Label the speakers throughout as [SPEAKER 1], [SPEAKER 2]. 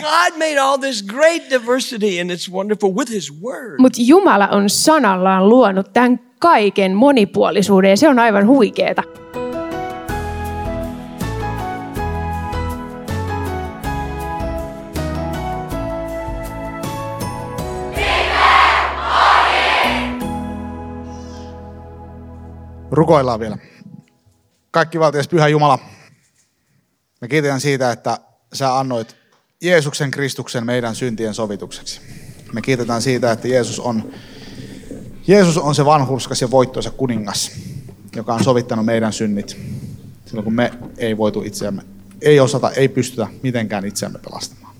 [SPEAKER 1] God made all this great diversity and it's wonderful with his word.
[SPEAKER 2] Mutta Jumala on sanallaan luonut tämän kaiken monipuolisuuden ja se on aivan huikeeta.
[SPEAKER 3] Rukoillaan vielä. Kaikki valtias Pyhä Jumala, me kiitän siitä, että sä annoit Jeesuksen Kristuksen meidän syntien sovitukseksi. Me kiitetään siitä, että Jeesus on, Jeesus on se vanhurskas ja voittoisa kuningas, joka on sovittanut meidän synnit. Silloin kun me ei voitu itseämme, ei osata, ei pystytä mitenkään itseämme pelastamaan.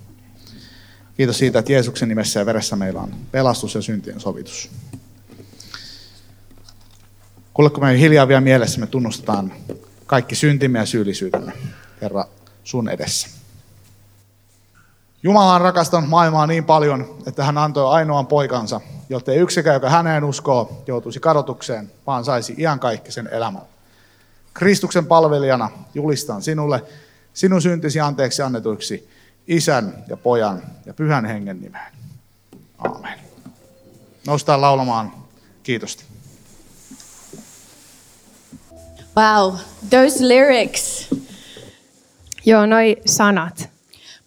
[SPEAKER 3] Kiitos siitä, että Jeesuksen nimessä ja veressä meillä on pelastus ja syntien sovitus. Kuule, kun me hiljaa vielä mielessä, me tunnustetaan kaikki syntimme ja syyllisyytemme, Herra, sun edessä. Jumala on rakastanut maailmaa niin paljon, että hän antoi ainoan poikansa, jotta ei yksikään, joka häneen uskoo, joutuisi kadotukseen, vaan saisi iankaikkisen elämän. Kristuksen palvelijana julistan sinulle sinun syntisi anteeksi annetuiksi isän ja pojan ja pyhän hengen nimeen. Aamen. Noustaan laulamaan kiitosta.
[SPEAKER 4] Wow, those lyrics
[SPEAKER 2] Joo, noi sanat.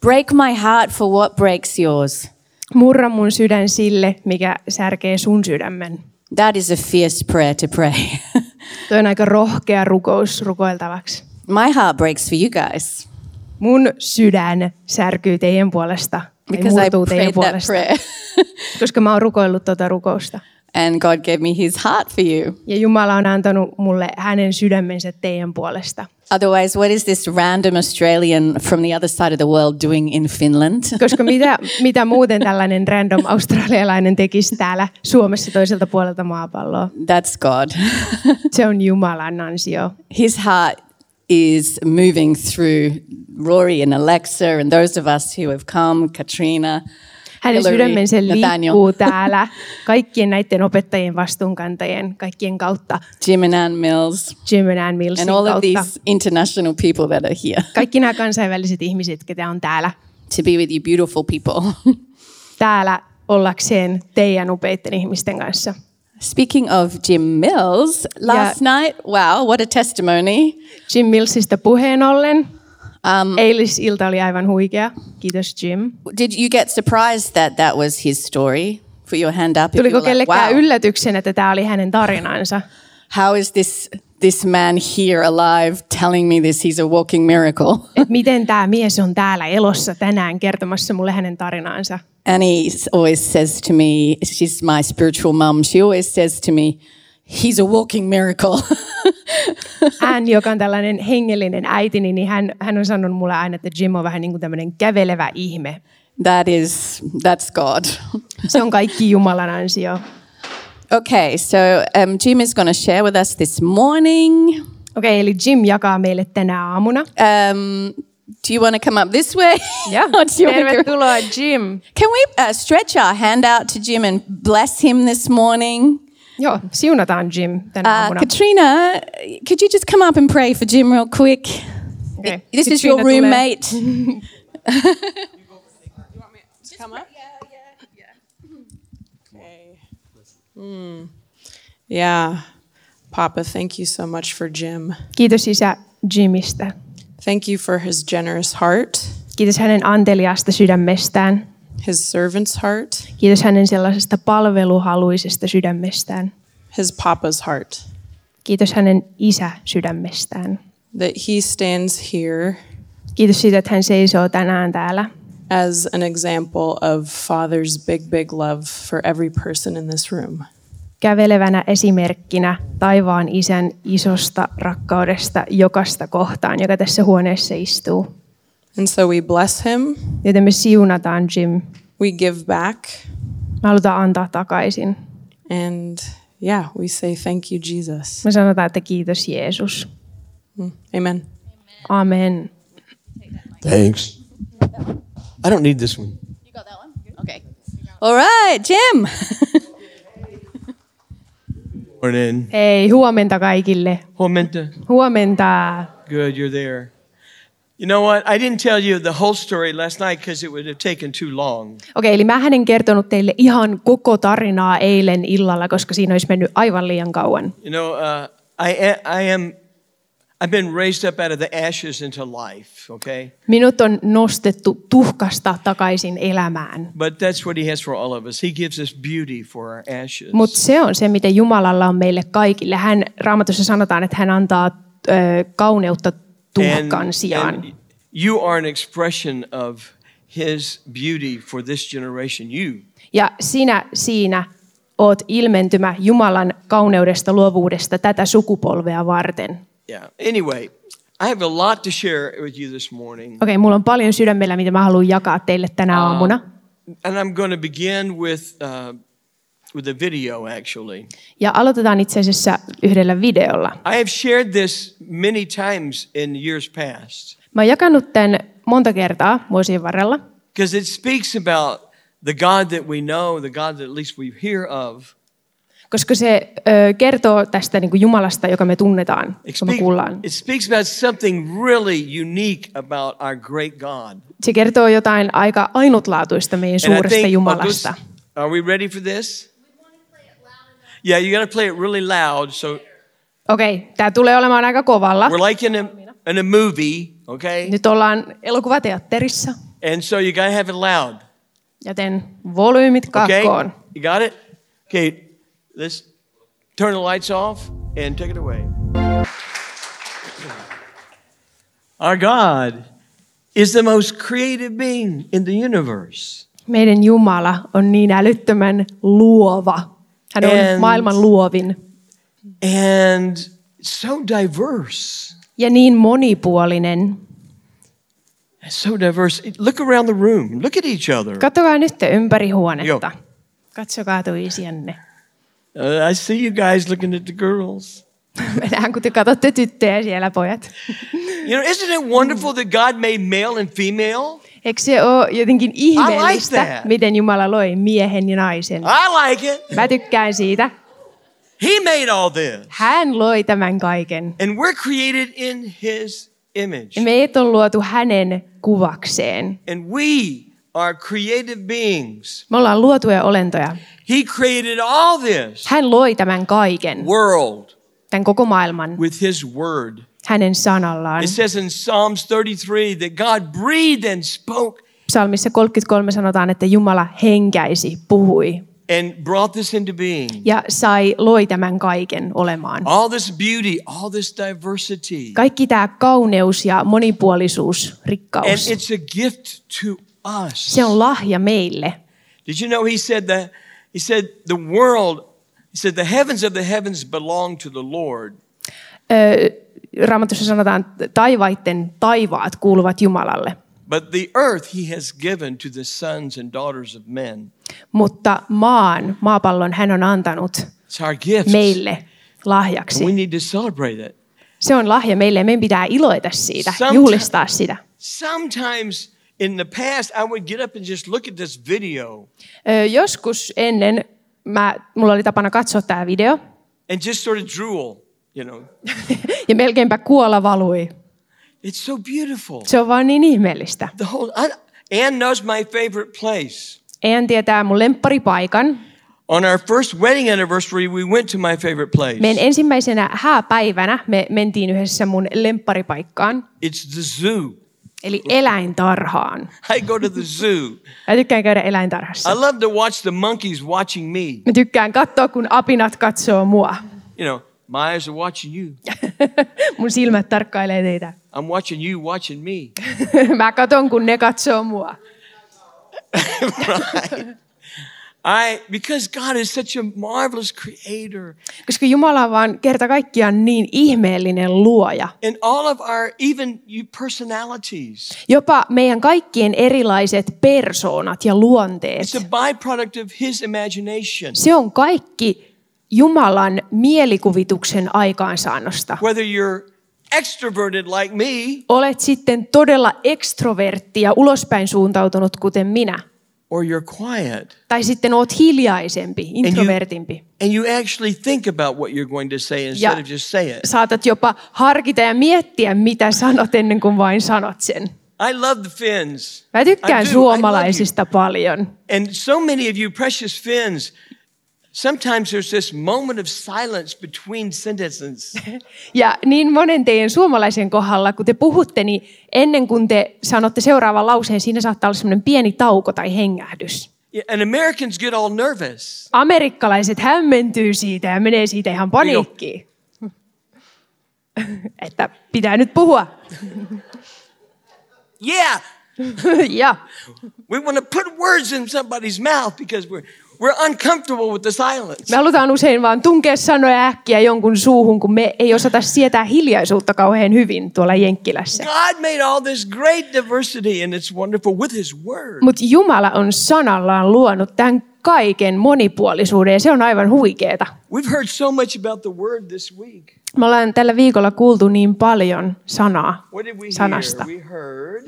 [SPEAKER 4] break my heart for what breaks yours.
[SPEAKER 2] Murra mun sydän sille, mikä särkee sun sydämen.
[SPEAKER 4] That is a fierce prayer to pray.
[SPEAKER 2] Toi on aika rohkea rukous rukoiltavaksi.
[SPEAKER 4] my heart breaks for you guys
[SPEAKER 2] Mun sydän särkyy teidän puolesta. tai
[SPEAKER 4] because I
[SPEAKER 2] murtuu teidän
[SPEAKER 4] prayed that
[SPEAKER 2] puolesta.
[SPEAKER 4] prayer.
[SPEAKER 2] Koska mä oon rukoillut tuota rukousta.
[SPEAKER 4] and God gave me his heart for you.
[SPEAKER 2] Ja Jumala on antanut mulle hänen sydämensä teidän puolesta.
[SPEAKER 4] Otherwise, what is this random Australian from the other side of the world doing in Finland?
[SPEAKER 2] Koska mitä, mitä muuten tällainen random australialainen tekisi täällä Suomessa toiselta puolelta maapalloa?
[SPEAKER 4] That's God.
[SPEAKER 2] Se on Jumalan ansio.
[SPEAKER 4] his heart is moving through Rory and Alexa and those of us who have come, Katrina.
[SPEAKER 2] Hänen
[SPEAKER 4] Hillary,
[SPEAKER 2] sydämensä
[SPEAKER 4] Nathaniel.
[SPEAKER 2] liikkuu täällä kaikkien näiden opettajien vastuunkantajien, kaikkien kautta,
[SPEAKER 4] Jim and Ann Mills,
[SPEAKER 2] Jim and Ann Millsin
[SPEAKER 4] and all of
[SPEAKER 2] kautta.
[SPEAKER 4] these international people that are here
[SPEAKER 2] Kaikki nämä kansainväliset ihmiset, ketä on täällä,
[SPEAKER 4] to be with you, beautiful people.
[SPEAKER 2] täällä ollakseen teidän upeitten ihmisten kanssa.
[SPEAKER 4] Speaking of Jim Mills, last night, wow, what a testimony.
[SPEAKER 2] Jim Millsistä puheen ollen.
[SPEAKER 4] Um,
[SPEAKER 2] Eilisilta oli aivan huikea. Kiitos Jim.
[SPEAKER 4] did you get surprised that that was his story? Put your hand up. if you
[SPEAKER 2] Tuliko
[SPEAKER 4] were like,
[SPEAKER 2] kellekään
[SPEAKER 4] wow,
[SPEAKER 2] yllätyksenä, että tämä oli hänen tarinansa?
[SPEAKER 4] how is this, this man here alive telling me this? He's a walking miracle.
[SPEAKER 2] Et miten tämä mies on täällä elossa tänään kertomassa mulle hänen tarinaansa?
[SPEAKER 4] Annie s- always says to me, she's my spiritual mum, she always says to me, he's a walking miracle.
[SPEAKER 2] Hän, joka on tällainen hengellinen äiti, niin hän, hän on sanonut mulle aina, että Jim on vähän niin kuin tämmöinen kävelevä ihme.
[SPEAKER 4] that is, that's God.
[SPEAKER 2] Se on kaikki Jumalan ansio.
[SPEAKER 4] Okay, so um, Jim is going to share with us this morning.
[SPEAKER 2] Okei, okay, eli Jim jakaa meille tänä aamuna.
[SPEAKER 4] Um, do you want to come up this way? Or do you wanna go-
[SPEAKER 2] Tervetuloa Jim.
[SPEAKER 4] Can we uh, stretch our hand out to Jim and bless him this morning?
[SPEAKER 2] Joo, siunataan Jim tänä
[SPEAKER 4] Uh,
[SPEAKER 2] aamuna.
[SPEAKER 4] Katrina, could you just come up and pray for Jim real quick?
[SPEAKER 2] Okay.
[SPEAKER 4] This is your
[SPEAKER 2] Katrina tulee.
[SPEAKER 4] roommate.
[SPEAKER 5] Hmm. Yeah. Papa, thank you so much for Jim.
[SPEAKER 2] Kiitos isä Jimistä.
[SPEAKER 5] Thank you for his generous heart,
[SPEAKER 2] Kiitos hänen anteliaasta sydämestään.
[SPEAKER 5] his servant's heart,
[SPEAKER 2] Kiitos hänen sellaisesta palveluhaluisesta sydämestään.
[SPEAKER 5] his papa's heart,
[SPEAKER 2] Kiitos hänen isä sydämestään.
[SPEAKER 5] that he stands here
[SPEAKER 2] Kiitos siitä, että hän seisoo tänään täällä
[SPEAKER 5] as an example of Father's big, big love for every person in this room.
[SPEAKER 2] kävelevänä esimerkkinä taivaan isän isosta rakkaudesta jokasta kohtaan, joka tässä huoneessa istuu.
[SPEAKER 5] And so we bless him,
[SPEAKER 2] Joten me siunataan Jim.
[SPEAKER 5] we give back,
[SPEAKER 2] Me halutaan antaa takaisin.
[SPEAKER 5] and yeah, we say thank you, Jesus.
[SPEAKER 2] Me sanotaan, että kiitos Jeesus.
[SPEAKER 5] Amen.
[SPEAKER 2] Amen.
[SPEAKER 1] Thanks. I don't need this one.
[SPEAKER 4] You got that one? Okay. All right, Jim.
[SPEAKER 1] Morning. Oh,
[SPEAKER 2] Hei, huomenta kaikille.
[SPEAKER 1] Huomenta.
[SPEAKER 2] Huomenta.
[SPEAKER 1] Good, you're there. You know what? I didn't tell you the whole story last night because it would have taken too long.
[SPEAKER 2] Okei, eli mä en kertonut teille ihan koko tarinaa eilen illalla, koska siinä olisi mennyt aivan liian kauan.
[SPEAKER 1] You know, uh, I, a- I am, I've been raised up out of the ashes into life, okay?
[SPEAKER 2] Minut on nostettu tuhkasta takaisin elämään.
[SPEAKER 1] But that's what he has for all of us. He gives us beauty for our ashes.
[SPEAKER 2] Mutta se on se, mitä Jumalalla on meille kaikille. Hän, raamatussa sanotaan, että hän antaa ö, kauneutta
[SPEAKER 1] And-
[SPEAKER 2] tuhkan sijaan.
[SPEAKER 1] and you are an expression of his beauty for this generation. You.
[SPEAKER 2] Ja sinä siinä oot ilmentymä Jumalan kauneudesta, luovuudesta tätä sukupolvea varten. Okei,
[SPEAKER 1] Yeah. Anyway, I have a lot to share with you this morning.
[SPEAKER 2] mulla on paljon sydämellä, mitä mä haluan jakaa teille tänä aamuna.
[SPEAKER 1] And I'm going to begin with, uh, with a video, actually.
[SPEAKER 2] Ja aloitetaan itse asiassa yhdellä videolla.
[SPEAKER 1] I have shared this many times in years past
[SPEAKER 2] Mä oon jakanut tämän monta kertaa vuosien varrella,
[SPEAKER 1] because it speaks about the God that we know, the God that at least we hear of.
[SPEAKER 2] koska se ö, kertoo tästä niin kuin Jumalasta, joka me tunnetaan,
[SPEAKER 1] It,
[SPEAKER 2] joka me
[SPEAKER 1] speak-
[SPEAKER 2] kuullaan.
[SPEAKER 1] it speaks about something really unique about our great God.
[SPEAKER 2] Se kertoo jotain aika ainutlaatuista meidän
[SPEAKER 1] And I
[SPEAKER 2] suuresta
[SPEAKER 1] think-
[SPEAKER 2] Jumalasta.
[SPEAKER 1] are we ready for this? Yeah, you got to play it really loud. So
[SPEAKER 2] Okei, tämä tulee olemaan aika kovalla.
[SPEAKER 1] we're like in a, in a movie, okay?
[SPEAKER 2] Nyt ollaan elokuvateatterissa,
[SPEAKER 1] And so you got to have it loud.
[SPEAKER 2] joten volyymit
[SPEAKER 1] Okay?
[SPEAKER 2] kakkoon.
[SPEAKER 1] You got it? Okay, let's turn the lights off and take it away. Our God is the most creative being in the universe.
[SPEAKER 2] Meidän Jumala on niin älyttömän luova. Hän on
[SPEAKER 1] And-
[SPEAKER 2] maailman luovin
[SPEAKER 1] And so diverse.
[SPEAKER 2] ja niin monipuolinen.
[SPEAKER 1] So diverse. Look around the room. Look at each other.
[SPEAKER 2] Katsokaa nyt ympäri huonetta.
[SPEAKER 1] Joo.
[SPEAKER 2] Katsokaa toisianne.
[SPEAKER 1] Uh, I see you guys looking at the girls.
[SPEAKER 2] Mä näen, kun te katsotte tyttöjä siellä, pojat.
[SPEAKER 1] You know, isn't it wonderful that God made male and female?
[SPEAKER 2] Eikö se ole jotenkin ihmeellistä,
[SPEAKER 1] that.
[SPEAKER 2] miten Jumala loi miehen ja naisen?
[SPEAKER 1] I like it.
[SPEAKER 2] Mä tykkään siitä.
[SPEAKER 1] He made all this.
[SPEAKER 2] Hän loi tämän kaiken.
[SPEAKER 1] And we're created in his image.
[SPEAKER 2] Ja meidät on luotu hänen kuvakseen.
[SPEAKER 1] And we are creative beings.
[SPEAKER 2] Me ollaan luotuja olentoja.
[SPEAKER 1] He created all this
[SPEAKER 2] Hän loi tämän kaiken,
[SPEAKER 1] world
[SPEAKER 2] tämän koko maailman,
[SPEAKER 1] with his word.
[SPEAKER 2] hänen sanallaan.
[SPEAKER 1] It says in Psalms 33 that God breathed and spoke
[SPEAKER 2] Psalmissa 33 sanotaan, että Jumala henkäisi, puhui
[SPEAKER 1] and brought this into being.
[SPEAKER 2] ja sai, loi tämän kaiken olemaan.
[SPEAKER 1] All this beauty, all this diversity.
[SPEAKER 2] Kaikki tämä kauneus ja monipuolisuus,
[SPEAKER 1] And
[SPEAKER 2] rikkaus,
[SPEAKER 1] it's a gift to us.
[SPEAKER 2] se on lahja meille.
[SPEAKER 1] Did you know he said that he said the world he said the heavens of the heavens belong to the Lord
[SPEAKER 2] Raamatussa sanotaan, että taivaitten taivaat kuuluvat Jumalalle,
[SPEAKER 1] but the earth he has given to the sons and daughters of men.
[SPEAKER 2] mutta maan, maapallon hän on antanut
[SPEAKER 1] It's our gift.
[SPEAKER 2] meille
[SPEAKER 1] And we
[SPEAKER 2] lahjaksi.
[SPEAKER 1] need to celebrate it.
[SPEAKER 2] Se on lahja meille ja meidän pitää iloita siitä,
[SPEAKER 1] Sometime-
[SPEAKER 2] juhlistaa sitä.
[SPEAKER 1] Sometimes in the past I would get up and just look at this video
[SPEAKER 2] Ö, joskus ennen mä, mulla oli tapana katsoa tämä video
[SPEAKER 1] and just sort of drool, you know.
[SPEAKER 2] ja melkeinpä kuola valui.
[SPEAKER 1] It's so beautiful.
[SPEAKER 2] Se on vaan niin ihmeellistä.
[SPEAKER 1] The whole I, Anne knows my favorite place.
[SPEAKER 2] En tietää mun lempparipaikan.
[SPEAKER 1] On our first wedding anniversary, we went to my favorite place.
[SPEAKER 2] Meidän ensimmäisenä hääpäivänä me mentiin yhdessä mun lempparipaikkaan,
[SPEAKER 1] It's the zoo.
[SPEAKER 2] eli eläintarhaan.
[SPEAKER 1] I go to the zoo.
[SPEAKER 2] Mä tykkään käydä
[SPEAKER 1] I
[SPEAKER 2] eläintarhassa.
[SPEAKER 1] love to watch the monkeys watching me.
[SPEAKER 2] Mä tykkään katsoa, kun apinat katsoo mua.
[SPEAKER 1] You know, my eyes are watching you.
[SPEAKER 2] Mun silmät tarkkailee teitä.
[SPEAKER 1] I'm watching you watching me.
[SPEAKER 2] Mä katon, kun ne katsoo mua.
[SPEAKER 1] I because God is such a marvelous creator.
[SPEAKER 2] Koska Jumala on vaan kerta kaikkiaan niin ihmeellinen luoja.
[SPEAKER 1] And all of our even you personalities.
[SPEAKER 2] Jopa meidän kaikkien erilaiset persoonat ja luonteet.
[SPEAKER 1] It's a byproduct of his imagination.
[SPEAKER 2] Se on kaikki Jumalan mielikuvituksen aikaansaannosta.
[SPEAKER 1] Whether you're extroverted like me
[SPEAKER 2] Olet sitten todella ekstrovertti ja ulospäin suuntautunut kuten minä.
[SPEAKER 1] or you're quiet
[SPEAKER 2] Tai sitten oot hiljaisempi, introvertimpi.
[SPEAKER 1] and you actually think about what you're going to say instead
[SPEAKER 2] Ja
[SPEAKER 1] of just say it.
[SPEAKER 2] saatat jopa harkita ja miettiä, mitä sanot ennen kuin vain sanot sen.
[SPEAKER 1] I love the Finns.
[SPEAKER 2] Mä
[SPEAKER 1] I
[SPEAKER 2] tykkään
[SPEAKER 1] do. I love you.
[SPEAKER 2] suomalaisista paljon.
[SPEAKER 1] And so many of you precious Finns, sometimes there's this moment of silence between sentences.
[SPEAKER 2] Ja niin monen teidän suomalaisen kohdalla, kun te puhutte, niin ennen kuin te sanotte seuraavan lauseen, siinä saattaa olla semmoinen pieni tauko tai hengähdys.
[SPEAKER 1] Yeah, and Americans get all nervous.
[SPEAKER 2] Amerikkalaiset hämmentyy siitä ja menee siitä ihan paniikkiin. Että pitää nyt puhua.
[SPEAKER 1] Yeah,
[SPEAKER 2] ja
[SPEAKER 1] we want to put words in somebody's mouth because we're, we're uncomfortable with the silence.
[SPEAKER 2] me halutaan usein vaan tunkea sanoja äkkiä jonkun suuhun, kun me ei osata sietää hiljaisuutta kauhean hyvin tuolla Jenkkilässä.
[SPEAKER 1] God made all this great diversity and it's wonderful with His Word.
[SPEAKER 2] Mutta Jumala on sanallaan luonut tämän kaiken monipuolisuuden ja se on aivan huikeeta.
[SPEAKER 1] We've heard so much about the Word this week.
[SPEAKER 2] Me ollaan tällä viikolla kuultu niin paljon sanaa
[SPEAKER 1] What did we hear?
[SPEAKER 2] sanasta.
[SPEAKER 1] We heard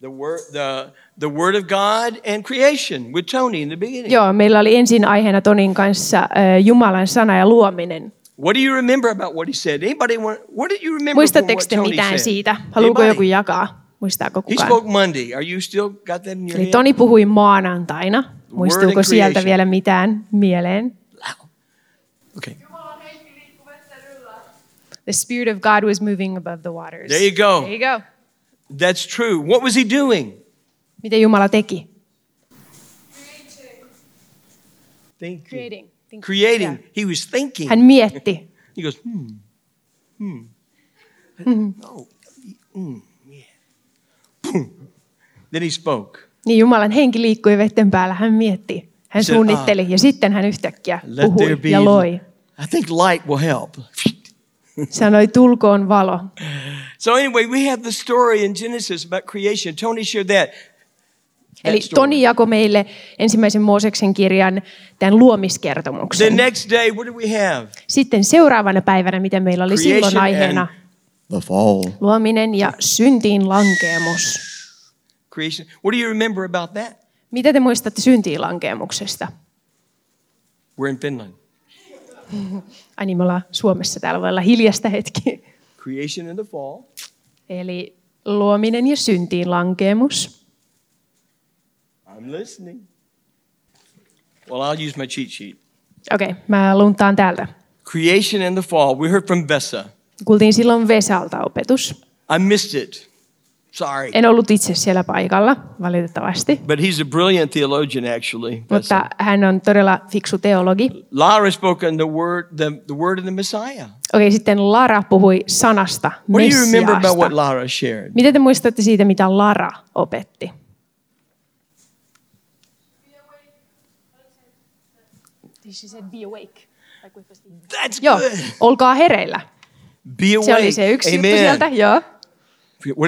[SPEAKER 1] the word, the, the word of God and creation with Tony in the beginning.
[SPEAKER 2] Joo, meillä oli ensin aiheena Tonin kanssa äh, Jumalan sana ja luominen.
[SPEAKER 1] What do you remember about what he said? Anybody want, what did you remember from
[SPEAKER 2] Muistatteko
[SPEAKER 1] what
[SPEAKER 2] te
[SPEAKER 1] Tony
[SPEAKER 2] mitään
[SPEAKER 1] said?
[SPEAKER 2] siitä? Haluuko
[SPEAKER 1] Anybody?
[SPEAKER 2] joku jakaa? Muistaako
[SPEAKER 1] He
[SPEAKER 2] kukaan?
[SPEAKER 1] spoke Monday. Are you still got that in your
[SPEAKER 2] Eli
[SPEAKER 1] head?
[SPEAKER 2] Toni puhui maanantaina. Muistuuko
[SPEAKER 1] and
[SPEAKER 2] sieltä
[SPEAKER 1] creation.
[SPEAKER 2] vielä mitään mieleen?
[SPEAKER 1] Okay.
[SPEAKER 2] The spirit of God was moving above the waters.
[SPEAKER 1] There you go.
[SPEAKER 2] There you go.
[SPEAKER 1] That's true. What was he doing?
[SPEAKER 2] Mitä Jumala teki?
[SPEAKER 1] Thinking. Creating. He was thinking.
[SPEAKER 2] Hän mietti.
[SPEAKER 1] He goes, hmm, hmm.
[SPEAKER 2] Mm-hmm.
[SPEAKER 1] Oh, mm, yeah. Boom. Then he spoke.
[SPEAKER 2] Niin Jumalan henki liikkui vetten päällä, hän mietti, hän
[SPEAKER 1] Se- Ah.
[SPEAKER 2] suunnitteli ja sitten hän yhtäkkiä
[SPEAKER 1] Let there
[SPEAKER 2] puhui
[SPEAKER 1] be.
[SPEAKER 2] ja loi.
[SPEAKER 1] I think light will help.
[SPEAKER 2] Sanoi, tulkoon valo.
[SPEAKER 1] so anyway, we have the story in Genesis about creation. Tony shared that. that
[SPEAKER 2] Eli
[SPEAKER 1] story.
[SPEAKER 2] Toni jakoi meille ensimmäisen Mooseksen kirjan tämän
[SPEAKER 1] The
[SPEAKER 2] luomiskertomuksen.
[SPEAKER 1] next day, what do we have?
[SPEAKER 2] Sitten seuraavana päivänä, mitä meillä oli silloin
[SPEAKER 1] Creation
[SPEAKER 2] aiheena,
[SPEAKER 1] and the fall.
[SPEAKER 2] luominen ja syntiin lankeemus.
[SPEAKER 1] Creation. What do you remember about that?
[SPEAKER 2] Mitä te muistatte syntiin lankeemuksesta?
[SPEAKER 1] We're in Finland.
[SPEAKER 2] Ai niin, me ollaan Suomessa täällä voi olla hiljasta hetki.
[SPEAKER 1] Creation and the fall.
[SPEAKER 2] Eli luominen ja syntiin lankeemus.
[SPEAKER 1] I'm listening. Well, I'll use my cheat sheet.
[SPEAKER 2] Okei, okay, mä luntaan täältä.
[SPEAKER 1] Creation and the fall. We heard from Vesa.
[SPEAKER 2] Kuultiin silloin Vesalta opetus.
[SPEAKER 1] I missed it. Sorry.
[SPEAKER 2] En ollut itse siellä paikalla, valitettavasti.
[SPEAKER 1] But he's a brilliant theologian, actually.
[SPEAKER 2] Mutta
[SPEAKER 1] Vesa.
[SPEAKER 2] hän on todella fiksu teologi.
[SPEAKER 1] Lara spoke on the word, the, the word of the Messiah.
[SPEAKER 2] Okei, sitten Lara puhui sanasta,
[SPEAKER 1] What do you remember about what
[SPEAKER 2] Messiasta.
[SPEAKER 1] Lara shared?
[SPEAKER 2] Mitä te muistatte siitä, mitä Lara opetti?
[SPEAKER 1] That's
[SPEAKER 2] Joo,
[SPEAKER 1] good.
[SPEAKER 2] olkaa hereillä.
[SPEAKER 1] Be
[SPEAKER 2] Se oli
[SPEAKER 1] awake.
[SPEAKER 2] se yksi juttu
[SPEAKER 1] Amen.
[SPEAKER 2] sieltä, joo.
[SPEAKER 1] What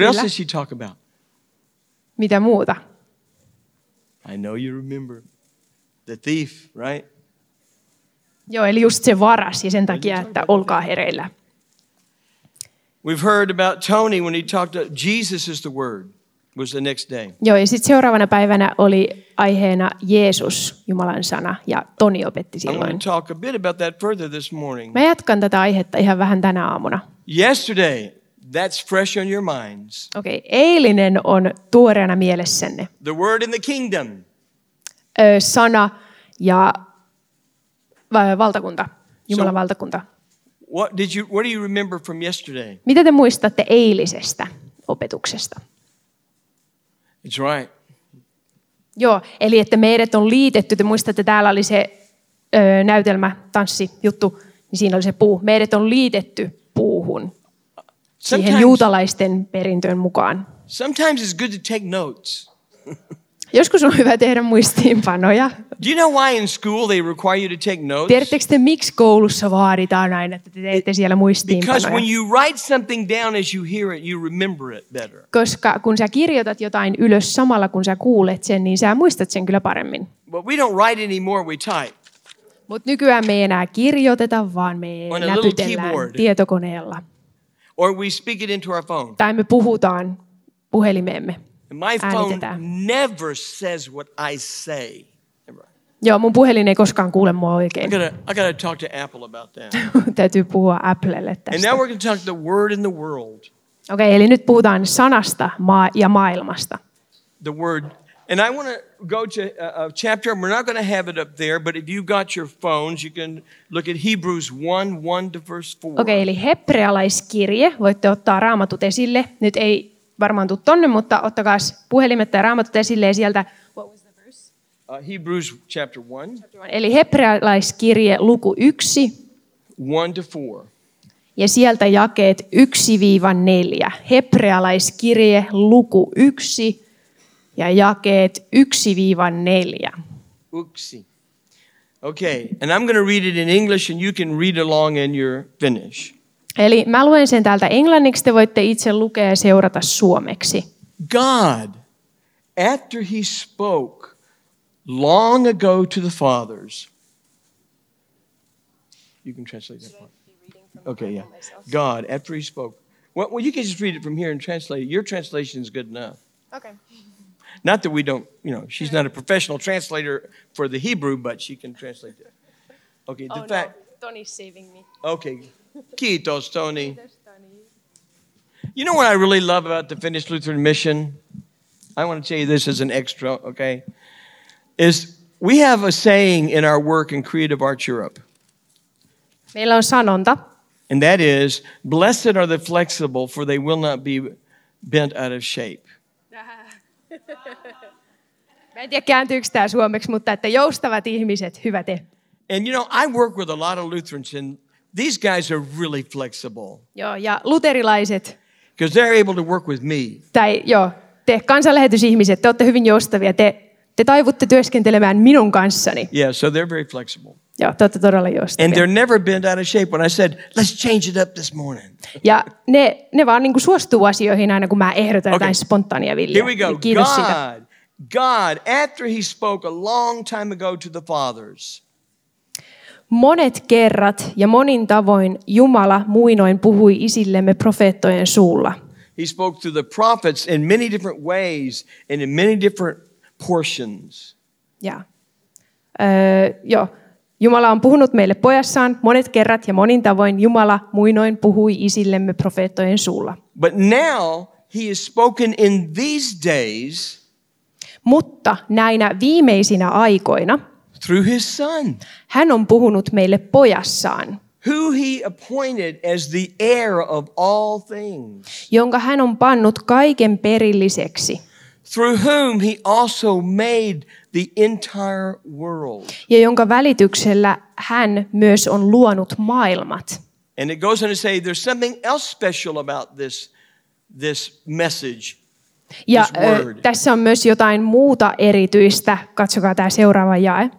[SPEAKER 1] else
[SPEAKER 2] Kyllä.
[SPEAKER 1] did she talk about?
[SPEAKER 2] Mitä muuta?
[SPEAKER 1] I know you remember. The thief, right?
[SPEAKER 2] Joo, eli just se varas ja sen takia, että olkaa hereillä.
[SPEAKER 1] We've heard about Tony when he talked to Jesus is the word was the next day.
[SPEAKER 2] Joo, ja sitten seuraavana päivänä oli aiheena Jeesus, Jumalan sana, ja Toni opetti
[SPEAKER 1] I'm going
[SPEAKER 2] silloin.
[SPEAKER 1] to talk a bit about that further this morning.
[SPEAKER 2] Mä jatkan tätä aihetta ihan vähän tänä aamuna.
[SPEAKER 1] Yesterday, that's fresh on your minds.
[SPEAKER 2] Okei, eilinen on tuoreena mielessänne.
[SPEAKER 1] The word in the kingdom.
[SPEAKER 2] Ö, sana ja va- valtakunta, Jumalan
[SPEAKER 1] So-
[SPEAKER 2] valtakunta.
[SPEAKER 1] What did you what do you remember from yesterday?
[SPEAKER 2] Mitä te muistatte eilisestä opetuksesta?
[SPEAKER 1] It's right.
[SPEAKER 2] Joo, eli että meidät on liitetty. Te muistatte, täällä oli se ö, näytelmä, tanssi, juttu, niin siinä oli se puu. Meidät on liitetty puuhun, siihen
[SPEAKER 1] Sometimes,
[SPEAKER 2] juutalaisten perintöön mukaan.
[SPEAKER 1] sometimes it's good to take notes.
[SPEAKER 2] Joskus on hyvä tehdä muistiinpanoja.
[SPEAKER 1] Do you know why in school they require you to take notes?
[SPEAKER 2] Tiedättekö te, miksi koulussa vaaditaan aina, että te teette siellä
[SPEAKER 1] Because when
[SPEAKER 2] muistiinpanoja?
[SPEAKER 1] you write something down as you hear it, you remember it better.
[SPEAKER 2] Koska kun sä kirjoitat jotain ylös samalla, kun sä kuulet sen, niin sä muistat sen kyllä paremmin.
[SPEAKER 1] But we don't write anymore, we type.
[SPEAKER 2] Mutta nykyään me ei enää kirjoiteta, vaan me
[SPEAKER 1] On a little
[SPEAKER 2] näpytellään
[SPEAKER 1] keyboard.
[SPEAKER 2] tietokoneella.
[SPEAKER 1] Or we speak it into our phone.
[SPEAKER 2] Tai me puhutaan puhelimeemme.
[SPEAKER 1] And my phone
[SPEAKER 2] Äänitetään.
[SPEAKER 1] never says what I say. Never.
[SPEAKER 2] Joo, mun puhelin ei koskaan kuule mua
[SPEAKER 1] I
[SPEAKER 2] oikein.
[SPEAKER 1] gotta, I gotta talk to Apple about that.
[SPEAKER 2] Täytyy puhua Applelle
[SPEAKER 1] and
[SPEAKER 2] tästä.
[SPEAKER 1] now
[SPEAKER 2] Okei,
[SPEAKER 1] we're gonna talk the word in the world.
[SPEAKER 2] okay, eli nyt puhutaan sanasta maa- ja maailmasta.
[SPEAKER 1] The word. And I want to go to uh, a, a chapter. We're not going to have it up there, but if you've got your phones, you can look at Hebrews 1 1 to verse 4.
[SPEAKER 2] Okei, okay, eli hebrealaiskirje, voitte ottaa raamatut esille. Nyt ei varmaan tule tonne, mutta ottakaa puhelimet tai raamatut esille ja sieltä.
[SPEAKER 1] Uh, Hebrews chapter 1
[SPEAKER 2] Eli hebrealaiskirje luku 1
[SPEAKER 1] 1 to 4.
[SPEAKER 2] ja sieltä jakeet 1-4. Hebrealaiskirje luku 1 ja jakeet 1-4.
[SPEAKER 1] Oopsie. Okay, and I'm going to read it in English and you can read along in your finish.
[SPEAKER 2] Eli mä luen sen täältä englanniksi, te voitte itse lukea ja seurata suomeksi.
[SPEAKER 1] God, after he spoke long ago to the fathers, you can translate that part. Okay, yeah. God, after he spoke. Well, well, you can just read it from here and translate it. Your translation is good enough.
[SPEAKER 2] Okay.
[SPEAKER 1] Not that we don't, you know, she's not a professional translator for the Hebrew, but she can translate it. Okay,
[SPEAKER 2] Oh,
[SPEAKER 1] the fact.
[SPEAKER 2] Tony's no, saving me.
[SPEAKER 1] Okay. Kiitos, Tony. You know what I really love about the Finnish Lutheran Mission? I want to tell you this as an extra, okay? Is we have a saying in our work in Creative Arts Europe,
[SPEAKER 2] Meillä on sanonta,
[SPEAKER 1] and that is Blessed are the flexible, for they will not be bent out of shape.
[SPEAKER 2] Mä en tiedä kääntyykö tämä suomeksi, mutta että joustavat ihmiset, e- hyvä te.
[SPEAKER 1] And you know, I work with a lot of Lutherans, and these guys are really flexible
[SPEAKER 2] Joo, ja luterilaiset,
[SPEAKER 1] because they're able to work with me.
[SPEAKER 2] tai joo, te kansanlähetysihmiset, te olette hyvin joustavia, te, te taivutte työskentelemään minun kanssani.
[SPEAKER 1] Yeah, so they're very flexible.
[SPEAKER 2] Joo, te olette todella
[SPEAKER 1] And
[SPEAKER 2] joustavia.
[SPEAKER 1] they're never bent out of shape. When I said, let's change it up this morning.
[SPEAKER 2] Ja ne, ne vaan niin kuin suostuu asioihin aina, kun mä ehdotan
[SPEAKER 1] Okei.
[SPEAKER 2] jotain spontaania
[SPEAKER 1] Here
[SPEAKER 2] villiä.
[SPEAKER 1] we go.
[SPEAKER 2] Eli Kiitos siitä.
[SPEAKER 1] God, God, after he spoke a long time ago to the fathers,
[SPEAKER 2] Monet kerrat ja monin tavoin Jumala muinoin puhui isillemme profeettojen suulla.
[SPEAKER 1] he spoke through the prophets in many different ways and in many different portions.
[SPEAKER 2] Ja. Öö, joo. Jumala on puhunut meille pojassaan monet kerrat ja monin tavoin Jumala muinoin puhui isillemme profeettojen suulla.
[SPEAKER 1] But now he is spoken in these days
[SPEAKER 2] Mutta näinä viimeisinä aikoina
[SPEAKER 1] through his son,
[SPEAKER 2] hän on puhunut meille pojassaan,
[SPEAKER 1] who he appointed as the heir of all things,
[SPEAKER 2] jonka hän on pannut kaiken perilliseksi
[SPEAKER 1] through whom he also made the entire world.
[SPEAKER 2] ja jonka välityksellä hän myös on luonut maailmat.
[SPEAKER 1] And it goes on to say there's something else special about this, this message.
[SPEAKER 2] Ja
[SPEAKER 1] This
[SPEAKER 2] ö,
[SPEAKER 1] word.
[SPEAKER 2] tässä on myös jotain muuta erityistä. Katsokaa tämä seuraava jae.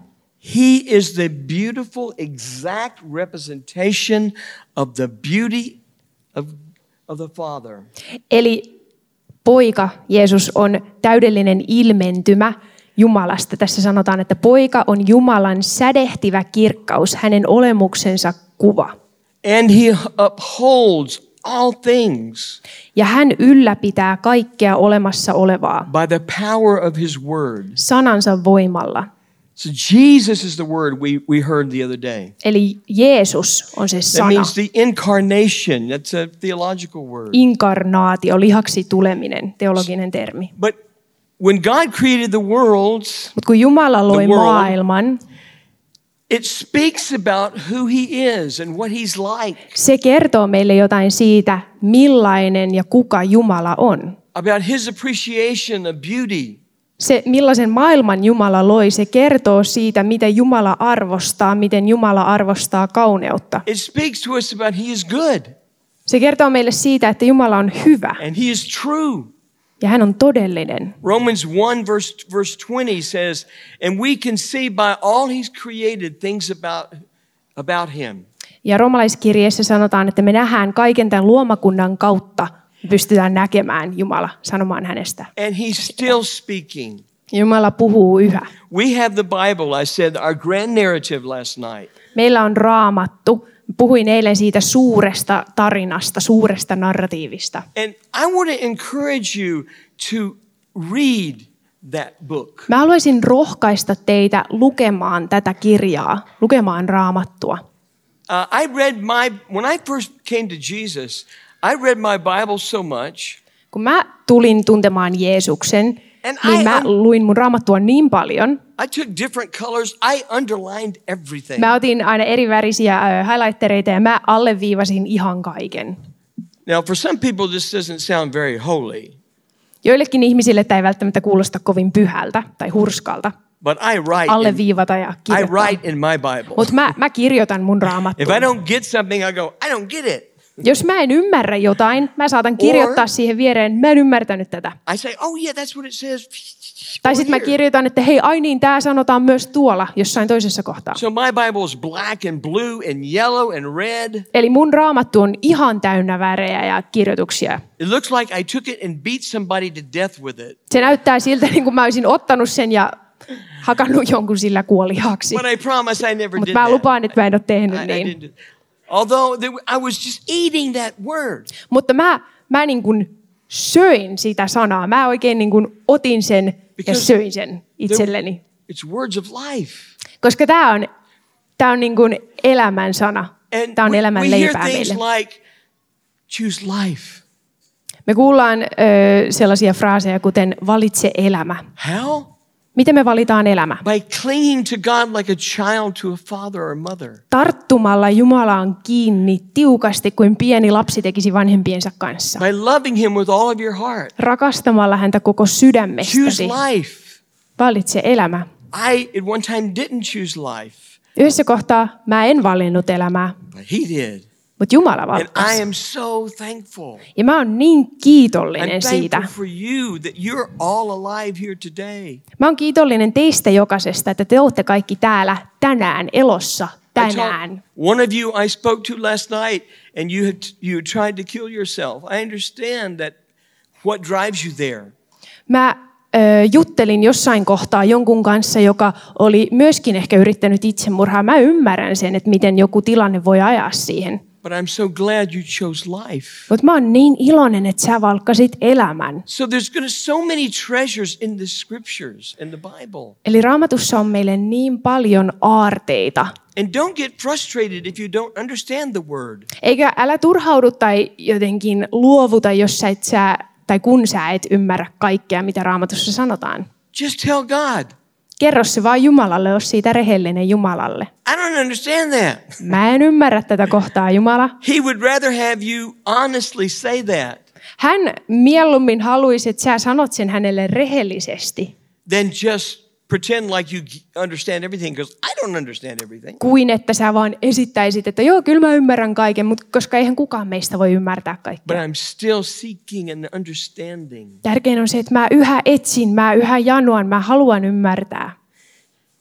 [SPEAKER 1] He is the beautiful, exact representation of the beauty of, of the Father.
[SPEAKER 2] Eli poika Jeesus on täydellinen ilmentymä Jumalasta. Tässä sanotaan, että poika on Jumalan sädehtivä kirkkaus, hänen olemuksensa kuva.
[SPEAKER 1] And he upholds all things
[SPEAKER 2] Ja hän ylläpitää kaikkea olemassa olevaa
[SPEAKER 1] by the power of his word.
[SPEAKER 2] sanansa voimalla.
[SPEAKER 1] So Jesus is the word we, we heard the other day.
[SPEAKER 2] Eli Jeesus on se
[SPEAKER 1] That
[SPEAKER 2] sana,
[SPEAKER 1] means the incarnation. That's a theological
[SPEAKER 2] E-
[SPEAKER 1] word.
[SPEAKER 2] inkarnaatio, lihaksi tuleminen, teologinen termi.
[SPEAKER 1] But when God created the worlds,
[SPEAKER 2] Mutta kun Jumala loi
[SPEAKER 1] The world.
[SPEAKER 2] maailman,
[SPEAKER 1] It speaks about who he is and what he's like,
[SPEAKER 2] se kertoo meille jotain siitä, millainen ja kuka Jumala on.
[SPEAKER 1] about his appreciation of beauty,
[SPEAKER 2] Se, millaisen maailman Jumala loi, se kertoo siitä, miten Jumala arvostaa, miten Jumala arvostaa kauneutta.
[SPEAKER 1] It speaks to us about He is good
[SPEAKER 2] Se kertoo meille siitä, että Jumala on hyvä
[SPEAKER 1] and He is true.
[SPEAKER 2] ja hän on todellinen.
[SPEAKER 1] Romans 1, verse, verse 20 says, And we can see by all He's created things about, about Him.
[SPEAKER 2] Ja romalaiskirjeessä sanotaan, että me nähdään kaiken tämän luomakunnan kautta, me pystytään näkemään Jumala, sanomaan hänestä.
[SPEAKER 1] And He's still speaking.
[SPEAKER 2] Jumala puhuu yhä.
[SPEAKER 1] We have the Bible, I said, our grand narrative last night.
[SPEAKER 2] Meillä on raamattu. Puhuin eilen siitä suuresta tarinasta, suuresta narratiivista.
[SPEAKER 1] And I want to encourage you to read that book.
[SPEAKER 2] Mä haluaisin rohkaista teitä lukemaan tätä kirjaa, lukemaan raamattua.
[SPEAKER 1] Uh, I read my, when I first came to Jesus, I read my Bible so much.
[SPEAKER 2] Kun mä tulin tuntemaan Jeesuksen,
[SPEAKER 1] And
[SPEAKER 2] niin
[SPEAKER 1] I
[SPEAKER 2] mä
[SPEAKER 1] am-
[SPEAKER 2] luin mun raamattua niin paljon.
[SPEAKER 1] I took different colors. I underlined everything.
[SPEAKER 2] Mä otin aina eri värisiä ö, highlightereita ja mä alleviivasin ihan kaiken.
[SPEAKER 1] Now, for some people, this doesn't sound very holy,
[SPEAKER 2] Joillekin ihmisille tämä ei välttämättä kuulosta kovin pyhältä tai hurskalta
[SPEAKER 1] but I write. In,
[SPEAKER 2] alleviivata ja
[SPEAKER 1] I
[SPEAKER 2] kirjoittaa.
[SPEAKER 1] write in my Bible.
[SPEAKER 2] Mutta mä, mä kirjoitan mun raamattua.
[SPEAKER 1] If I don't get something, I go, I don't get it.
[SPEAKER 2] Jos mä en ymmärrä jotain, mä saatan kirjoittaa siihen viereen, mä en ymmärtänyt tätä.
[SPEAKER 1] I say, oh yeah, that's what it says.
[SPEAKER 2] Tai
[SPEAKER 1] over
[SPEAKER 2] sitten mä
[SPEAKER 1] here."
[SPEAKER 2] kirjoitan, että hei, ai niin, tämä sanotaan myös tuolla jossain toisessa kohtaa.
[SPEAKER 1] So my Bible is black and blue and yellow and red.
[SPEAKER 2] Eli mun raamattu on ihan täynnä värejä ja kirjoituksia.
[SPEAKER 1] It looks like I took it and beat somebody to death with it.
[SPEAKER 2] Se näyttää siltä, niin kuin mä olisin ottanut sen ja hakannut jonkun sillä kuolihaksi.
[SPEAKER 1] But I promise I never
[SPEAKER 2] Mutta
[SPEAKER 1] did
[SPEAKER 2] mä
[SPEAKER 1] that.
[SPEAKER 2] lupaan, että mä en ole tehnyt
[SPEAKER 1] I- I
[SPEAKER 2] niin.
[SPEAKER 1] didn't- Although there, I was just eating that word.
[SPEAKER 2] Mutta mä, mä niin kuin söin sitä sanaa. Mä oikein niin kuin otin sen ja
[SPEAKER 1] Because
[SPEAKER 2] söin sen itselleni.
[SPEAKER 1] It's words of life.
[SPEAKER 2] Koska tämä on, tää on niin kuin elämän sana.
[SPEAKER 1] And
[SPEAKER 2] Tämä on
[SPEAKER 1] we,
[SPEAKER 2] elämän
[SPEAKER 1] we hear
[SPEAKER 2] leipää
[SPEAKER 1] things
[SPEAKER 2] meille.
[SPEAKER 1] like, choose life.
[SPEAKER 2] Me kuullaan ö, sellaisia fraaseja kuten valitse elämä.
[SPEAKER 1] How?
[SPEAKER 2] Miten me valitaan elämä?
[SPEAKER 1] By clinging to God like a child to a father or mother.
[SPEAKER 2] Tarttumalla Jumalaan kiinni tiukasti kuin pieni lapsi tekisi vanhempiensa kanssa.
[SPEAKER 1] By loving him with all of your heart.
[SPEAKER 2] Rakastamalla häntä koko
[SPEAKER 1] Choose
[SPEAKER 2] sydämestäsi.
[SPEAKER 1] life.
[SPEAKER 2] Valitse elämä.
[SPEAKER 1] I at one time didn't choose life,
[SPEAKER 2] Yhdessä kohtaa mä en valinnut elämää,
[SPEAKER 1] but he did.
[SPEAKER 2] mutta Jumala
[SPEAKER 1] And I
[SPEAKER 2] valitsee.
[SPEAKER 1] am so thankful.
[SPEAKER 2] Ja mä oon niin
[SPEAKER 1] I'm
[SPEAKER 2] kiitollinen siitä.
[SPEAKER 1] thankful for you that you're all alive here today.
[SPEAKER 2] Mä oon kiitollinen teistä jokaisesta, että te olette kaikki täällä tänään, elossa,
[SPEAKER 1] I told-
[SPEAKER 2] tänään.
[SPEAKER 1] one of you I spoke to last night, and you had, you had tried to kill yourself. I understand that what drives you there.
[SPEAKER 2] Mä ö, juttelin jossain kohtaa jonkun kanssa, joka oli myöskin ehkä yrittänyt itsemurhaa. Mä ymmärrän sen, että miten joku tilanne voi ajaa siihen.
[SPEAKER 1] But I'm so glad you chose life.
[SPEAKER 2] Mutta mä oon niin iloinen, että sä valkkasit elämän.
[SPEAKER 1] So there's going to so many treasures in the scriptures in the Bible.
[SPEAKER 2] Eli raamatussa on meille niin paljon aarteita.
[SPEAKER 1] And don't get frustrated if you don't understand the word.
[SPEAKER 2] Eikä älä turhaudu tai jotenkin luovuta, jos sä et sä, tai kun sä et ymmärrä kaikkea, mitä raamatussa sanotaan.
[SPEAKER 1] Just tell God,
[SPEAKER 2] Kerro se vaan Jumalalle, jos siitä rehellinen Jumalalle.
[SPEAKER 1] I don't understand that.
[SPEAKER 2] Mä en ymmärrä tätä kohtaa, Jumala.
[SPEAKER 1] He would rather have you honestly say that
[SPEAKER 2] Hän mieluummin haluaisi, että sä sanot sen hänelle rehellisesti,
[SPEAKER 1] than just pretend like you g- understand everything because I don't understand everything.
[SPEAKER 2] kuin että sä vaan esittäisit, että joo, kyllä mä ymmärrän kaiken, mutta koska eihän kukaan meistä voi ymmärtää
[SPEAKER 1] But
[SPEAKER 2] kaikkea.
[SPEAKER 1] I'm still seeking an understanding.
[SPEAKER 2] Tärkein on se, että mä yhä etsin, mä yhä januan, mä haluan ymmärtää.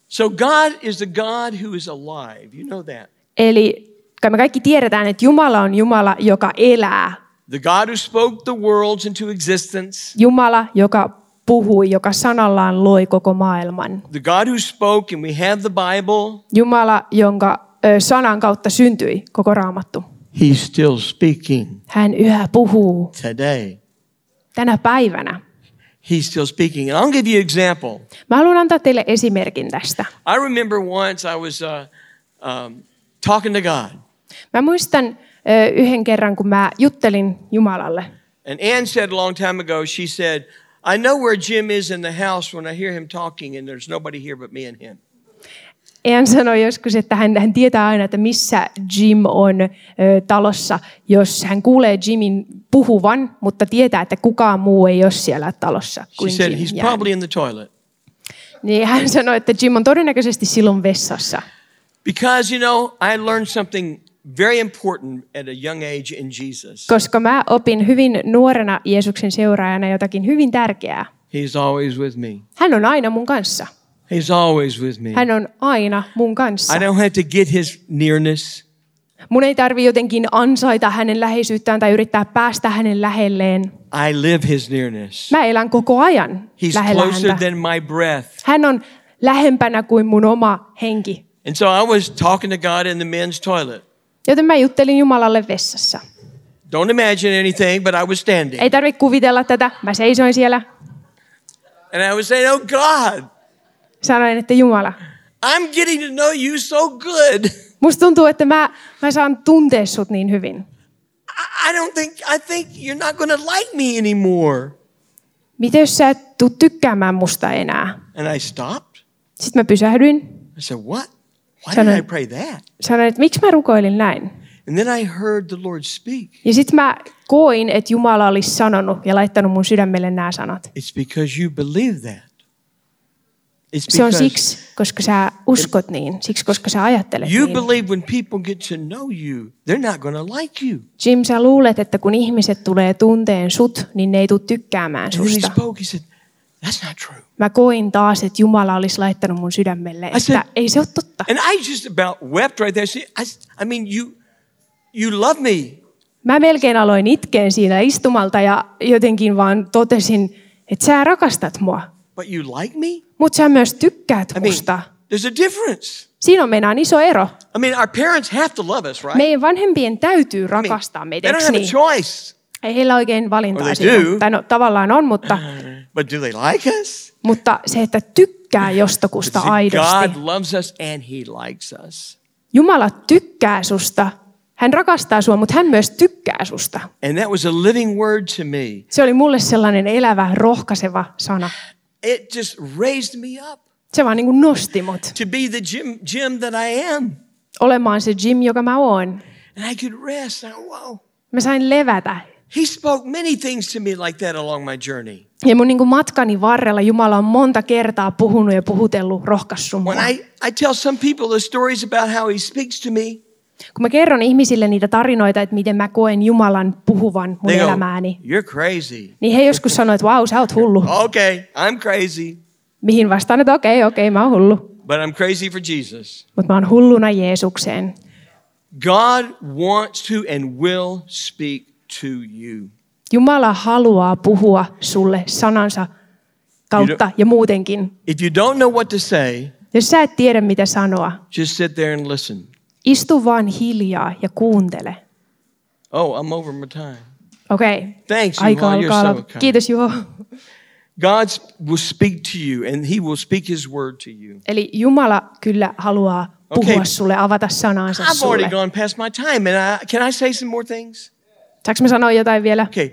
[SPEAKER 1] So God is the God who is alive. You know that.
[SPEAKER 2] Eli kai me kaikki tiedetään, että Jumala on Jumala, joka elää.
[SPEAKER 1] The God who spoke the worlds into existence.
[SPEAKER 2] Jumala, joka puhui, joka sanallaan loi koko maailman.
[SPEAKER 1] The God who spoke, and we have the Bible.
[SPEAKER 2] Jumala, jonka ö, sanan kautta syntyi koko raamattu.
[SPEAKER 1] He's still speaking
[SPEAKER 2] Hän yhä puhuu
[SPEAKER 1] today.
[SPEAKER 2] tänä päivänä.
[SPEAKER 1] He's still speaking. And I'll give you an example.
[SPEAKER 2] Mä haluan antaa teille esimerkin tästä.
[SPEAKER 1] I remember once I was uh, um, talking to God,
[SPEAKER 2] Mä muistan ö, yhden kerran, kun mä juttelin Jumalalle.
[SPEAKER 1] and Ann said a long time ago, she said, I know where Jim is in the house when I hear him talking, and there's nobody here but me and him.
[SPEAKER 2] Hän sanoi joskus, että hän, hän tietää aina, että missä Jim on ö, talossa, jos hän kuulee Jimin puhuvan, mutta tietää, että kukaan muu ei ole siellä talossa
[SPEAKER 1] She
[SPEAKER 2] kuin
[SPEAKER 1] said,
[SPEAKER 2] Jim.
[SPEAKER 1] He's
[SPEAKER 2] jää."
[SPEAKER 1] probably in the toilet.
[SPEAKER 2] Niin hän sanoi, että Jim on todennäköisesti silloin vessassa.
[SPEAKER 1] Because, you know, I learned something very important at a young age in Jesus.
[SPEAKER 2] Koska mä opin hyvin nuorena Jeesuksen seuraajana jotakin hyvin tärkeää.
[SPEAKER 1] He's always with me.
[SPEAKER 2] Hän on aina mun kanssa.
[SPEAKER 1] He's always with me.
[SPEAKER 2] Hän on aina mun kanssa.
[SPEAKER 1] I don't have to get his nearness.
[SPEAKER 2] Mun ei tarvi jotenkin ansaita hänen läheisyyttään tai yrittää päästä hänen lähelleen.
[SPEAKER 1] I live his nearness.
[SPEAKER 2] Mä elän koko ajan
[SPEAKER 1] He's
[SPEAKER 2] lähellä
[SPEAKER 1] closer
[SPEAKER 2] häntä.
[SPEAKER 1] than my breath.
[SPEAKER 2] Hän on lähempänä kuin mun oma henki.
[SPEAKER 1] And so I was talking to God in the men's toilet.
[SPEAKER 2] Joten mä juttelin Jumalalle vessassa.
[SPEAKER 1] Don't imagine anything, but I was standing.
[SPEAKER 2] Ei tarvitse kuvitella tätä. Mä seisoin siellä.
[SPEAKER 1] And I was saying, Oh God,
[SPEAKER 2] Sanoin, että Jumala,
[SPEAKER 1] I'm getting to know you so good.
[SPEAKER 2] musta tuntuu, että mä, mä saan tuntea sut niin hyvin.
[SPEAKER 1] I I don't think, I think you're not going to like me anymore.
[SPEAKER 2] Miten jos sä et tuu tykkäämään musta enää?
[SPEAKER 1] And I stopped.
[SPEAKER 2] Sitten mä pysähdyin.
[SPEAKER 1] I said, What? Why
[SPEAKER 2] Can
[SPEAKER 1] did
[SPEAKER 2] I-
[SPEAKER 1] I pray that?
[SPEAKER 2] Sanoin, että miksi mä rukoilin näin?
[SPEAKER 1] And then I heard the Lord speak.
[SPEAKER 2] Ja sitten mä koin, että Jumala olisi sanonut ja laittanut mun sydämelle nämä sanat.
[SPEAKER 1] It's because you believe that. It's
[SPEAKER 2] Se on
[SPEAKER 1] because
[SPEAKER 2] siksi, koska sä uskot niin. Siksi, koska sä ajattelet
[SPEAKER 1] you
[SPEAKER 2] niin.
[SPEAKER 1] believe when people get to know you, they're not going to like you.
[SPEAKER 2] Jim, sä luulet, että kun ihmiset tulee tunteen sut, niin ne ei tule tykkäämään
[SPEAKER 1] And then he
[SPEAKER 2] susta.
[SPEAKER 1] spoke. He said, That's not true.
[SPEAKER 2] Mä koin taas, että Jumala olisi laittanut mun sydämelle,
[SPEAKER 1] I said-
[SPEAKER 2] että ei se ole totta.
[SPEAKER 1] And I just about wept right there. See, I, I mean, you, you love me.
[SPEAKER 2] Mä melkein aloin itkeen siinä istumalta ja jotenkin vaan totesin, että sä rakastat mua,
[SPEAKER 1] But you like me?
[SPEAKER 2] mutta sä myös tykkäät
[SPEAKER 1] I mean,
[SPEAKER 2] musta.
[SPEAKER 1] there's a difference.
[SPEAKER 2] Siinä on meidän iso ero.
[SPEAKER 1] I mean, our parents have to love us, right?
[SPEAKER 2] Meidän vanhempien täytyy
[SPEAKER 1] I mean,
[SPEAKER 2] rakastaa
[SPEAKER 1] Niin. they
[SPEAKER 2] meitä,
[SPEAKER 1] don't
[SPEAKER 2] eiks
[SPEAKER 1] have a
[SPEAKER 2] niin?
[SPEAKER 1] choice.
[SPEAKER 2] Ei heillä oikein
[SPEAKER 1] Well,
[SPEAKER 2] valintaa
[SPEAKER 1] they do. Äh.
[SPEAKER 2] siinä. Tai no, tavallaan on, mutta,
[SPEAKER 1] But do they like us?
[SPEAKER 2] mutta se, että tykkää jostakusta
[SPEAKER 1] See, God
[SPEAKER 2] aidosti.
[SPEAKER 1] loves us and He likes us.
[SPEAKER 2] Jumala tykkää susta. Hän rakastaa sua, mutta hän myös tykkää susta.
[SPEAKER 1] And that was a living word to me.
[SPEAKER 2] Se oli mulle sellainen elävä, rohkaiseva sana.
[SPEAKER 1] It just raised me up
[SPEAKER 2] Se vaan niin kuin nosti mut
[SPEAKER 1] to be the Jim, Jim that I am.
[SPEAKER 2] olemaan se Jim, joka mä oon.
[SPEAKER 1] And I could rest. I, wow.
[SPEAKER 2] Mä sain levätä.
[SPEAKER 1] He spoke many things to me like that along my journey.
[SPEAKER 2] Ja mun niin kuin matkani varrella Jumala on monta kertaa puhunut ja puhutellut, rohkaissut mua.
[SPEAKER 1] When I, I tell some people the stories about how He speaks to me,
[SPEAKER 2] Kun mä kerron ihmisille niitä tarinoita, että miten mä koen Jumalan puhuvan mun
[SPEAKER 1] they go,
[SPEAKER 2] elämääni,
[SPEAKER 1] You're crazy.
[SPEAKER 2] niin he joskus sanoo, että vau, sä oot hullu.
[SPEAKER 1] Oh. Okay, I'm crazy,
[SPEAKER 2] Mihin vastaan, että okei, okei, mä oon hullu.
[SPEAKER 1] but I'm crazy for Jesus.
[SPEAKER 2] Mutta mä oon hulluna Jeesukseen.
[SPEAKER 1] God wants to and will speak to you.
[SPEAKER 2] Jumala haluaa puhua sulle sanansa kautta ja muutenkin.
[SPEAKER 1] If you don't know what to say,
[SPEAKER 2] Jos sä et tiedä, mitä sanoa,
[SPEAKER 1] just sit there and listen.
[SPEAKER 2] istu vaan hiljaa ja kuuntele.
[SPEAKER 1] Oh, I'm over my time.
[SPEAKER 2] Okei,
[SPEAKER 1] Thanks,
[SPEAKER 2] aika
[SPEAKER 1] Juha, you're
[SPEAKER 2] alkaa
[SPEAKER 1] so
[SPEAKER 2] olla.
[SPEAKER 1] kind.
[SPEAKER 2] Kiitos Juho.
[SPEAKER 1] God will speak to you and he will speak his word to you.
[SPEAKER 2] Eli Jumala kyllä haluaa puhua
[SPEAKER 1] Okei.
[SPEAKER 2] sulle, avata sanansa
[SPEAKER 1] I've already
[SPEAKER 2] sulle.
[SPEAKER 1] gone past my time and I, can I say some more things?
[SPEAKER 2] Saanko mä sanoa jotain vielä?
[SPEAKER 1] Okay.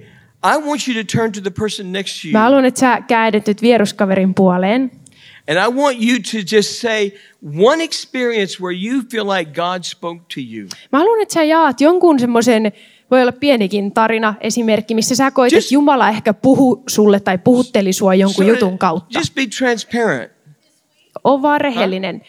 [SPEAKER 1] I want you to turn to the person next to you
[SPEAKER 2] Mä haluan, että sä käännyt nyt vieruskaverin puoleen.
[SPEAKER 1] and I want you to just say one experience where you feel like God spoke to you.
[SPEAKER 2] Mä haluan, että sä jaat jonkun semmoisen, voi olla pienikin tarina, esimerkki, missä sä koet,
[SPEAKER 1] Just-
[SPEAKER 2] että Jumala ehkä puhu sulle tai puhutteli sua jonkun
[SPEAKER 1] So,
[SPEAKER 2] jutun kautta.
[SPEAKER 1] Just be transparent.
[SPEAKER 2] On vaan rehellinen.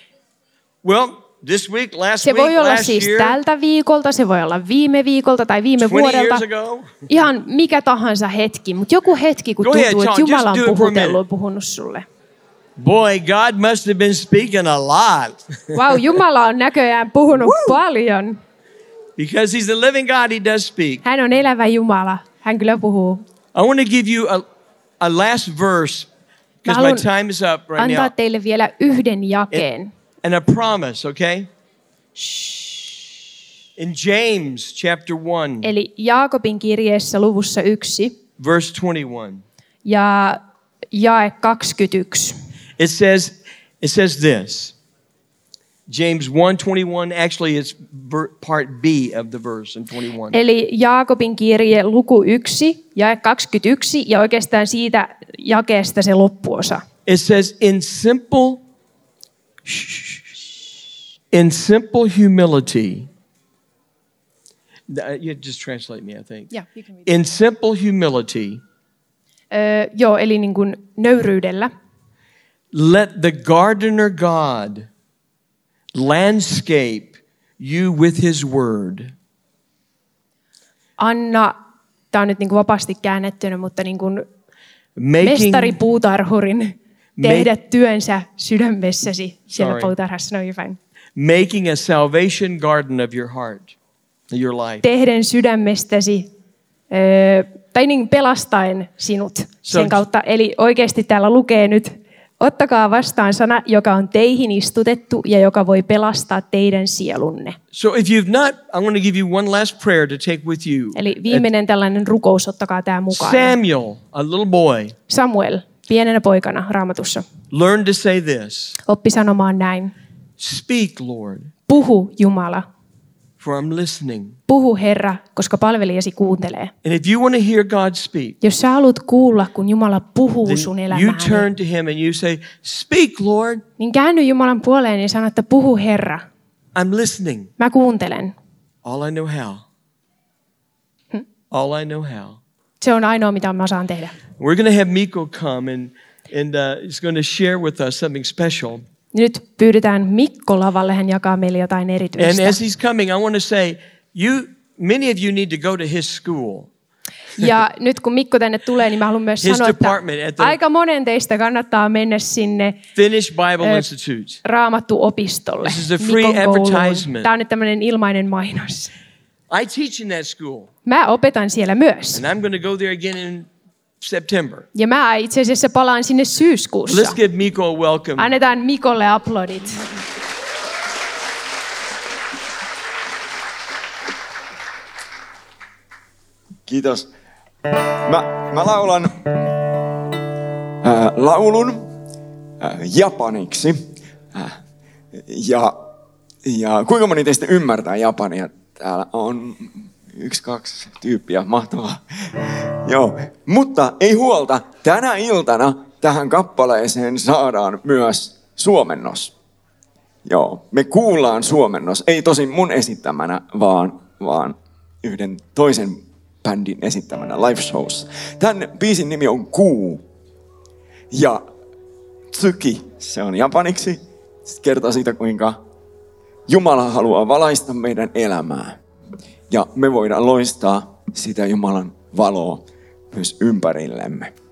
[SPEAKER 1] Well, this week, last
[SPEAKER 2] Se
[SPEAKER 1] week,
[SPEAKER 2] voi olla
[SPEAKER 1] last
[SPEAKER 2] siis
[SPEAKER 1] year,
[SPEAKER 2] tältä viikolta, se voi olla viime viikolta tai viime
[SPEAKER 1] 20
[SPEAKER 2] vuodelta.
[SPEAKER 1] years ago.
[SPEAKER 2] Ihan mikä tahansa hetki, mutta joku hetki, kun
[SPEAKER 1] Go ahead,
[SPEAKER 2] tuntuu, että
[SPEAKER 1] John, just
[SPEAKER 2] Jumala on
[SPEAKER 1] do it for a minute.
[SPEAKER 2] puhutellut puhunut sulle.
[SPEAKER 1] Boy, God must have been speaking a lot
[SPEAKER 2] Vau, wow, Jumala on näköjään puhunut
[SPEAKER 1] Woo!
[SPEAKER 2] paljon.
[SPEAKER 1] because He's the living God. He does speak.
[SPEAKER 2] Hän on elävä Jumala. Hän kyllä puhuu.
[SPEAKER 1] I want to give you a, a last verse because my
[SPEAKER 2] Mä haluan
[SPEAKER 1] time is up right
[SPEAKER 2] Antaa
[SPEAKER 1] now.
[SPEAKER 2] teille vielä yhden jakeen.
[SPEAKER 1] And a promise, okay? In James chapter 1,
[SPEAKER 2] Eli Jaakobin kirjeessä luvussa 1
[SPEAKER 1] verse 21,
[SPEAKER 2] ja jae 21.
[SPEAKER 1] it says, it says this. James 1 21, actually, it's ver- part B of the verse in 21.
[SPEAKER 2] Eli Jaakobin kirje luku 1 ja 21 ja oikeastaan siitä jakeesta se loppuosa.
[SPEAKER 1] It says, in simple, in simple humility. Th- uh, You just translate me, I think.
[SPEAKER 2] Yeah, you can read
[SPEAKER 1] In simple humility,
[SPEAKER 2] Öö, joo, eli niin kuin nöyryydellä.
[SPEAKER 1] let the gardener God landscape you with his word.
[SPEAKER 2] Anna, tämä on nyt niin kuin vapaasti käännettynä, mutta niin kuin
[SPEAKER 1] Making,
[SPEAKER 2] mestari puutarhurin tehdä
[SPEAKER 1] Me-
[SPEAKER 2] työnsä sydämessäsi siellä
[SPEAKER 1] Sorry.
[SPEAKER 2] puutarhassa. No, you're fine.
[SPEAKER 1] making a salvation garden of your heart, your life.
[SPEAKER 2] tehden sydämestäsi, ö, tai niin pelastaen sinut
[SPEAKER 1] So-
[SPEAKER 2] sen kautta. Eli oikeasti täällä lukee nyt, ottakaa vastaan sana, joka on teihin istutettu ja joka voi pelastaa teidän sielunne.
[SPEAKER 1] So if you've not, I'm going to give you one last prayer to take with you.
[SPEAKER 2] Eli viimeinen tällainen rukous, ottakaa tämä mukaan.
[SPEAKER 1] Samuel, a little boy,
[SPEAKER 2] Samuel, Pienenä poikana raamatussa
[SPEAKER 1] Learn to say this
[SPEAKER 2] oppi sanomaan näin.
[SPEAKER 1] Speak, Lord,
[SPEAKER 2] Puhu Jumala,
[SPEAKER 1] for I'm listening.
[SPEAKER 2] puhu Herra, koska palvelijasi kuuntelee.
[SPEAKER 1] And if you want to hear God speak,
[SPEAKER 2] Jos sä haluat kuulla, kun Jumala puhuu
[SPEAKER 1] then
[SPEAKER 2] sun
[SPEAKER 1] you
[SPEAKER 2] elämään,
[SPEAKER 1] turn to Him and you say, Speak, Lord,
[SPEAKER 2] niin käänny Jumalan puoleen ja sano, että puhu Herra,
[SPEAKER 1] I'm listening.
[SPEAKER 2] mä kuuntelen.
[SPEAKER 1] All I know how. All I know how.
[SPEAKER 2] Se on ainoa, mitä mä saan tehdä.
[SPEAKER 1] We're going to have Miko come and, and uh, he's going to share with us something special.
[SPEAKER 2] Nyt pyydetään Mikko lavalle, hän jakaa meille jotain
[SPEAKER 1] And
[SPEAKER 2] erityistä.
[SPEAKER 1] as he's coming, I want to say, you, many of you need to go to his school.
[SPEAKER 2] Ja nyt kun Mikko tänne tulee, niin mä haluan myös
[SPEAKER 1] His
[SPEAKER 2] sanoa, että
[SPEAKER 1] department at the-
[SPEAKER 2] aika monen teistä kannattaa mennä sinne
[SPEAKER 1] Finnish Bible
[SPEAKER 2] Eh,
[SPEAKER 1] Institute.
[SPEAKER 2] Raamattuopistolle.
[SPEAKER 1] This is a free
[SPEAKER 2] Mikon kouluun.
[SPEAKER 1] advertisement.
[SPEAKER 2] Tämä on nyt tämmöinen ilmainen mainos.
[SPEAKER 1] I teach in that school,
[SPEAKER 2] Mä opetan siellä myös.
[SPEAKER 1] and I'm going to go there again in September.
[SPEAKER 2] Ja mä itse asiassa palaan sinne
[SPEAKER 1] Let's
[SPEAKER 2] syyskuussa.
[SPEAKER 1] give Miko a welcome.
[SPEAKER 2] Annetaan Mikolle aplodit.
[SPEAKER 6] Kiitos. Mä, mä laulan ää, laulun ää, japaniksi. Ää, ja, ja kuinka moni teistä ymmärtää japania? Täällä on yksi, kaksi tyyppiä. Mahtavaa. Joo. Mutta ei huolta, tänä iltana tähän kappaleeseen saadaan myös suomennos. Joo, me kuullaan suomennos. Ei tosin mun esittämänä, vaan, vaan yhden toisen bändin esittämänä live shows. Tämän biisin nimi on Kuu. Ja Tsuki, se on japaniksi. Se kertoo siitä, kuinka Jumala haluaa valaista meidän elämää. Ja me voidaan loistaa sitä Jumalan valoa myös ympärillemme.